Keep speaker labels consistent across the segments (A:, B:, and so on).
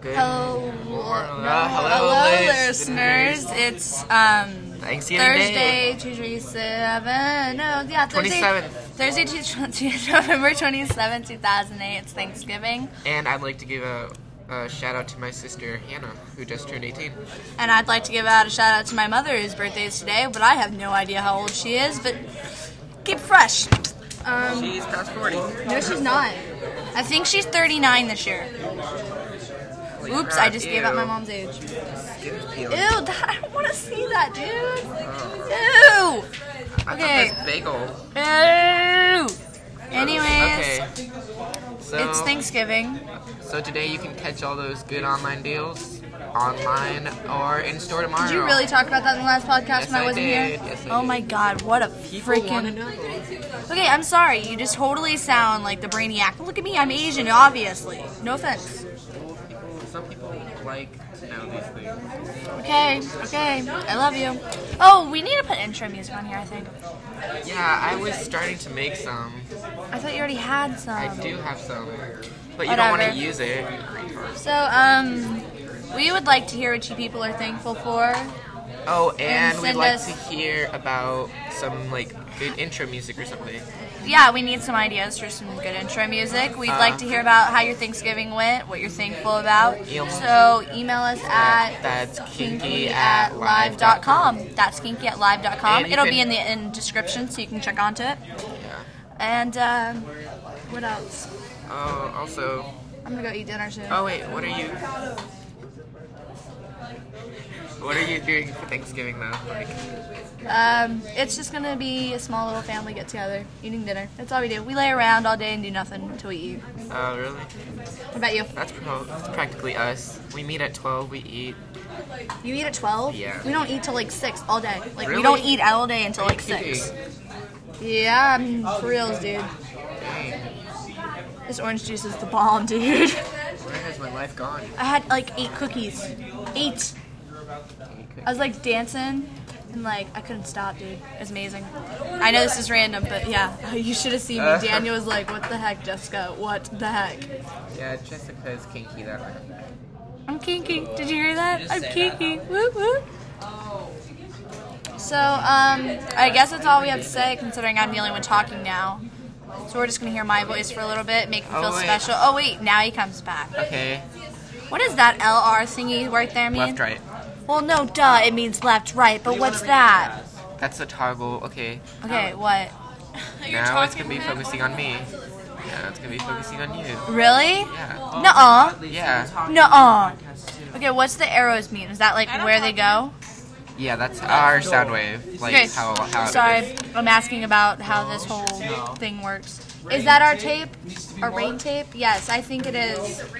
A: Good
B: Hello,
A: morning.
B: no,
A: Hello, listeners.
B: listeners. It's um,
A: Thanksgiving Day.
B: Thursday, Tuesday, seven. No, yeah, Thursday,
A: 27th.
B: Thursday, Tuesday, Tuesday, November twenty seventh, two thousand eight. It's Thanksgiving,
A: And I'd like to give a, a shout out to my sister Hannah, who just turned 18.
B: and I'd like to give out a shout out to my mother whose birthday is today, but I have no idea how old she is. But keep fresh. Um,
A: She's past 40.
B: no, she's not. I think she's thirty nine this year. Oops, I just gave out my mom's age. Ew,
A: Ew.
B: that, I don't want to see that, dude. Ew.
A: I
B: Okay.
A: thought that's bagel.
B: Ew. Anyways,
A: Okay. So,
B: it's Thanksgiving.
A: so today you can catch all those good online deals online or in store tomorrow.
B: Did you really talk about that in the last podcast
A: Yes,
B: when I
A: I
B: wasn't
A: did.
B: here?
A: Yes, I
B: oh
A: did.
B: my god, what a
A: People wanna
B: freaking.
A: know.
B: Okay, I'm sorry. You just totally sound like the brainiac. Look at me, I'm Asian, obviously. No offense.
A: Some people like to know these things.
B: Okay, okay. I love you. Oh, we need to put intro music on here, I think.
A: Yeah, I was starting to make some.
B: I thought you already had some.
A: I do have some, but you don't want to
B: Whatever.
A: use it.
B: So, um, we would like to hear what you people are thankful for.
A: Oh, and
B: And
A: we'd
B: send
A: like
B: us-
A: to hear about some like good intro music or something.
B: Yeah, we need some ideas for some good intro music. We'd like to hear about how your Thanksgiving went, what you're thankful about.
A: Yep.
B: So email us
A: At-
B: at
A: that's kinky at live dot
B: live.com. That's kinky at live.com.
A: And you
B: It'll
A: can-
B: be in the in description so you can check onto it.
A: Yeah.
B: And um, what else?
A: Oh, also.
B: I'm gonna go eat dinner soon.
A: Oh wait, what are you? What are you doing for Thanksgiving though? Like,
B: Um, it's just gonna be a small little family get together, eating dinner. That's all we do. We lay around all day and do nothing until we eat.
A: oh really?
B: What about you?
A: That's, pro- that's practically us. We meet at twelve. We eat.
B: You eat at 12?
A: Yeah.
B: We don't eat till like 6 all day. Like,
A: Really?
B: we don't eat all day until like
A: Kinky.
B: 6. Yeah, I'm for reals, dude.
A: Dang,
B: This orange juice is the bomb, dude.
A: where has my life gone?
B: I had like eight cookies. Eight. I was like dancing and like I couldn't stop, dude. It was amazing. I know this is random, but yeah, you should have seen me.
A: Uh.
B: Daniel was like, "What the heck, Jessica? What the heck?"
A: Yeah, Jessica is kinky that way.
B: I'm kinky. Did you hear that?
A: just
B: I'm
A: say that
B: kinky. Woo woo. So, um, I guess that's all we have to say, considering I'm the only one talking now. So we're just gonna hear my voice for a little bit, make me
A: Oh,
B: feel
A: wait.
B: special. Oh wait, now he comes back.
A: Okay,
B: What does that LR thingy right there mean?
A: left, right.
B: Well, no, duh, it means left, right. But what's that?
A: That's the toggle. Okay,
B: Okay, what?
A: now it's gonna be focusing on me. Yeah, it's gonna be focusing on you.
B: Really?
A: Yeah.
B: Nuh-uh.
A: Yeah.
B: Nuh-uh. Okay, what's the arrows mean? Is that like where they go?
A: Yeah, that's our sound wave. Like
B: Okay.
A: how how it
B: Sorry, I'm asking about how this whole thing works. Is that our tape? Our rain tape? Yes, I think it is.
A: Oh,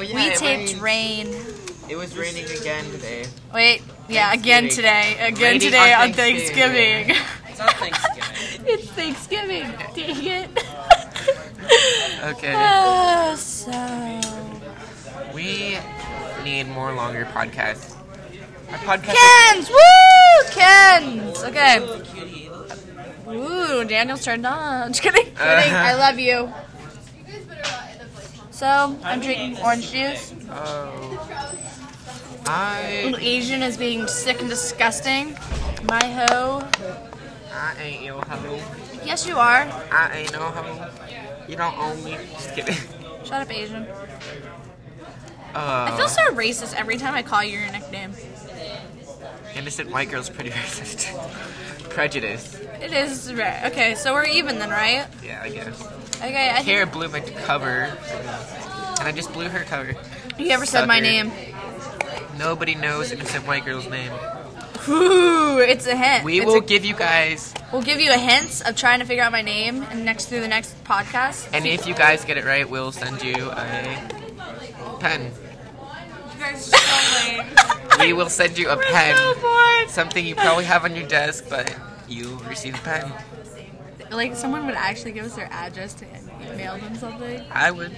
A: yeah,
B: We
A: it
B: taped
A: rained.
B: rain.
A: It was raining again today.
B: Wait, yeah, again today. Again
A: Raining
B: today
A: on
B: on Thanksgiving.
A: Thanksgiving.
B: It's not Thanksgiving. it's Thanksgiving. Dang it.
A: Okay.
B: Ah, so,
A: We need more longer podcasts. Our podcast.
B: Kens! Woo! Kens! Okay. Ooh, Daniel's turned on. Just kidding. kidding. I love you. So, I'm drinking orange juice.
A: Oh. I
B: Little Asian is being sick and disgusting. My hoe.
A: I ain't your hoe.
B: Yes, you are.
A: I ain't no hoe. You don't own me. Just kidding.
B: Shut up, Asian. I
A: Uh,
B: feel so racist every time I call you your nickname.
A: innocent white girl's pretty racist. Prejudice.
B: It is right. Okay, so we're even then, right?
A: Yeah, I guess.
B: Okay, I think
A: Kara blew my cover, and I just blew her cover.
B: you ever said my
A: Sucker.
B: name.
A: Nobody knows Innocent White Girl's name.
B: Ooh, it's a hint.
A: We
B: It's
A: will
B: a-
A: give you guys,
B: we'll give you a hint of trying to figure out my name and next through the next podcast.
A: and if you guys get it right, we'll send you a pen.
B: You guys are so lame.
A: We will send you a
B: We're so
A: pen.
B: bored.
A: Something you probably have on your desk, but you receive a pen.
B: Like someone would actually give us their address to mail them something.
A: I would.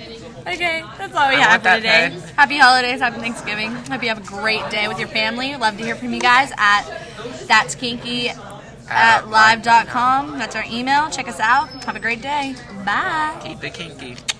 B: Okay, that's all we
A: I want
B: have for
A: that
B: today.
A: pen.
B: Happy holidays, happy Thanksgiving. Hope you have a great day with your family. Love to hear from you guys at that's kinky at live.com. That's our email. Check us out. Have a great day. Bye.
A: Keep it kinky.